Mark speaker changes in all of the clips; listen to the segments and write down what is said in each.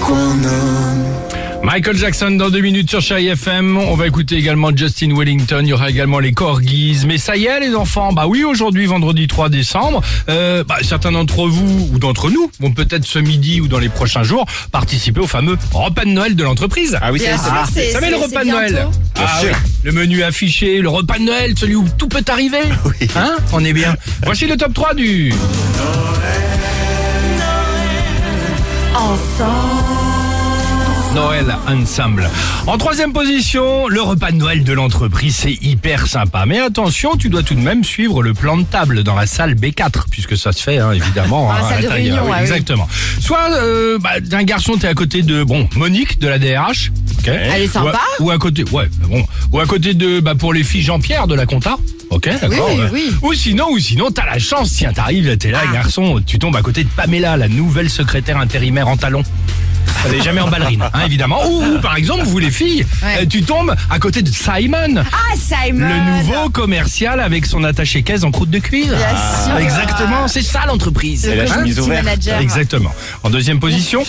Speaker 1: qu'on nomme.
Speaker 2: Michael Jackson dans deux minutes sur Chai FM. On va écouter également Justin Wellington. Il y aura également les Corgis. Mais ça y est, les enfants. Bah oui, aujourd'hui, vendredi 3 décembre, euh, bah, certains d'entre vous ou d'entre nous vont peut-être ce midi ou dans les prochains jours participer au fameux repas de Noël de l'entreprise.
Speaker 3: Ah oui, c'est
Speaker 4: Bien
Speaker 3: ça.
Speaker 4: sûr,
Speaker 2: Ah,
Speaker 4: c'est-
Speaker 2: vous savez le
Speaker 4: c'est-
Speaker 2: repas
Speaker 4: c'est
Speaker 2: de Noël
Speaker 4: bientôt.
Speaker 2: Ah
Speaker 3: sûr.
Speaker 2: oui, Le menu affiché, le repas de Noël, celui où tout peut arriver. Hein On est bien. Voici le top 3 du... Noël ensemble. En troisième position, le repas de Noël de l'entreprise, c'est hyper sympa. Mais attention, tu dois tout de même suivre le plan de table dans la salle B4, puisque ça se fait hein, évidemment.
Speaker 4: Ah,
Speaker 2: hein,
Speaker 4: salle
Speaker 2: à
Speaker 4: de
Speaker 2: l'intérieur.
Speaker 4: réunion,
Speaker 2: Oui,
Speaker 4: ah oui.
Speaker 2: Exactement. Soit euh, bah, t'es un garçon, t'es à côté de bon Monique de la DRH. ok.
Speaker 4: Elle est sympa.
Speaker 2: Ou à, ou à côté, ouais, bah bon, ou à côté de bah, pour les filles Jean-Pierre de la compta. Ok, d'accord.
Speaker 4: oui,
Speaker 2: ouais.
Speaker 4: oui. Ah.
Speaker 2: Ou sinon, ou sinon, t'as la chance, tiens, t'arrives, t'es là, garçon, tu tombes à côté de Pamela, la nouvelle secrétaire intérimaire en talons. Elle est jamais en ballerine, hein, évidemment. Ou, ou, par exemple, vous les filles,
Speaker 4: Ouais.
Speaker 2: euh, tu tombes à côté de Simon,
Speaker 4: Ah, Simon
Speaker 2: le nouveau commercial avec son attaché caisse en croûte de cuir. Ah,
Speaker 4: Bien sûr.
Speaker 2: Exactement, c'est ça l'entreprise.
Speaker 4: Le
Speaker 3: la
Speaker 4: community
Speaker 3: chemise ouverte.
Speaker 4: manager.
Speaker 2: Exactement. En deuxième position,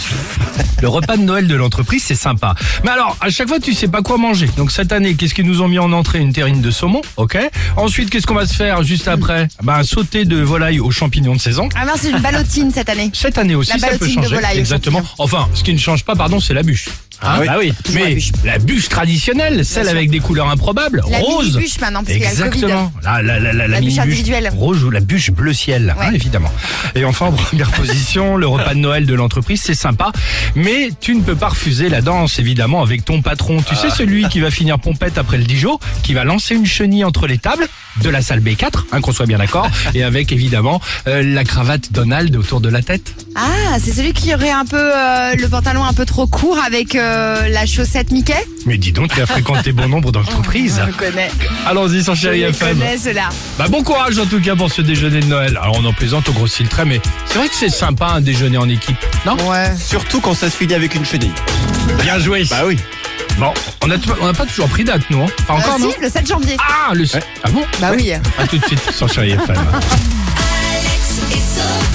Speaker 2: le repas de Noël de l'entreprise, c'est sympa. Mais alors, à chaque fois, tu sais pas quoi manger. Donc cette année, qu'est-ce qu'ils nous ont mis en entrée Une terrine de saumon, ok. Ensuite, qu'est-ce qu'on va se faire juste après Ben, sauter de volaille aux champignons de saison.
Speaker 4: Ah mince, c'est une ballotine cette année.
Speaker 2: Cette année aussi,
Speaker 4: La
Speaker 2: ça peut
Speaker 4: ballotine de
Speaker 2: changer.
Speaker 4: volaille,
Speaker 2: Exactement. Enfin, ce qui ne change pas, pardon, c'est la bûche.
Speaker 3: Ah oui.
Speaker 2: bah
Speaker 4: Toujours
Speaker 2: mais
Speaker 4: la bûche.
Speaker 2: la bûche traditionnelle, celle
Speaker 4: sûr.
Speaker 2: avec des couleurs improbables,
Speaker 4: La
Speaker 2: rose.
Speaker 4: mini-bûche maintenant, parce qu'il y a le Covid.
Speaker 2: Exactement. La, la, la,
Speaker 4: La
Speaker 2: la,
Speaker 4: bûche
Speaker 2: mini-bûche
Speaker 4: individuelle.
Speaker 2: Rouge ou la bûche bleu ciel, hein,
Speaker 4: Ouais.
Speaker 2: évidemment. Et enfin, en première position, le repas de Noël de l'entreprise, c'est sympa. Mais tu ne peux pas refuser la danse, évidemment, avec ton patron. Tu
Speaker 4: Ah.
Speaker 2: sais, celui qui va finir pompette après le Dijon, qui va lancer une chenille entre les tables de la salle B4, hein, qu'on soit bien d'accord, et avec, évidemment, euh, la cravate Donald autour de la tête.
Speaker 4: Ah, c'est celui qui aurait un peu euh, le pantalon un peu trop court avec euh, la chaussette Mickey
Speaker 2: Mais dis donc, tu as fréquenté bon nombre d'entreprises.
Speaker 4: Je le connais.
Speaker 2: Allons-y sur
Speaker 4: Je
Speaker 2: Chéri
Speaker 4: les
Speaker 2: FM.
Speaker 4: connais ceux-là.
Speaker 2: Bah bon courage en tout cas pour ce déjeuner de Noël. Alors on en plaisante au gros style trait, mais c'est vrai que c'est sympa un déjeuner en équipe, non
Speaker 4: Ouais.
Speaker 3: Surtout quand ça se finit avec une chenille.
Speaker 2: Bien joué.
Speaker 3: Bah oui.
Speaker 2: Bon, on a on n'a pas toujours pris date, nous, hein Pas encore, non
Speaker 4: Euh, Bah si, le 7 janvier.
Speaker 2: Ah, le... Ah bon
Speaker 4: Bah oui.
Speaker 2: À tout de suite sur Chéri FM.
Speaker 5: Alex et Sophie.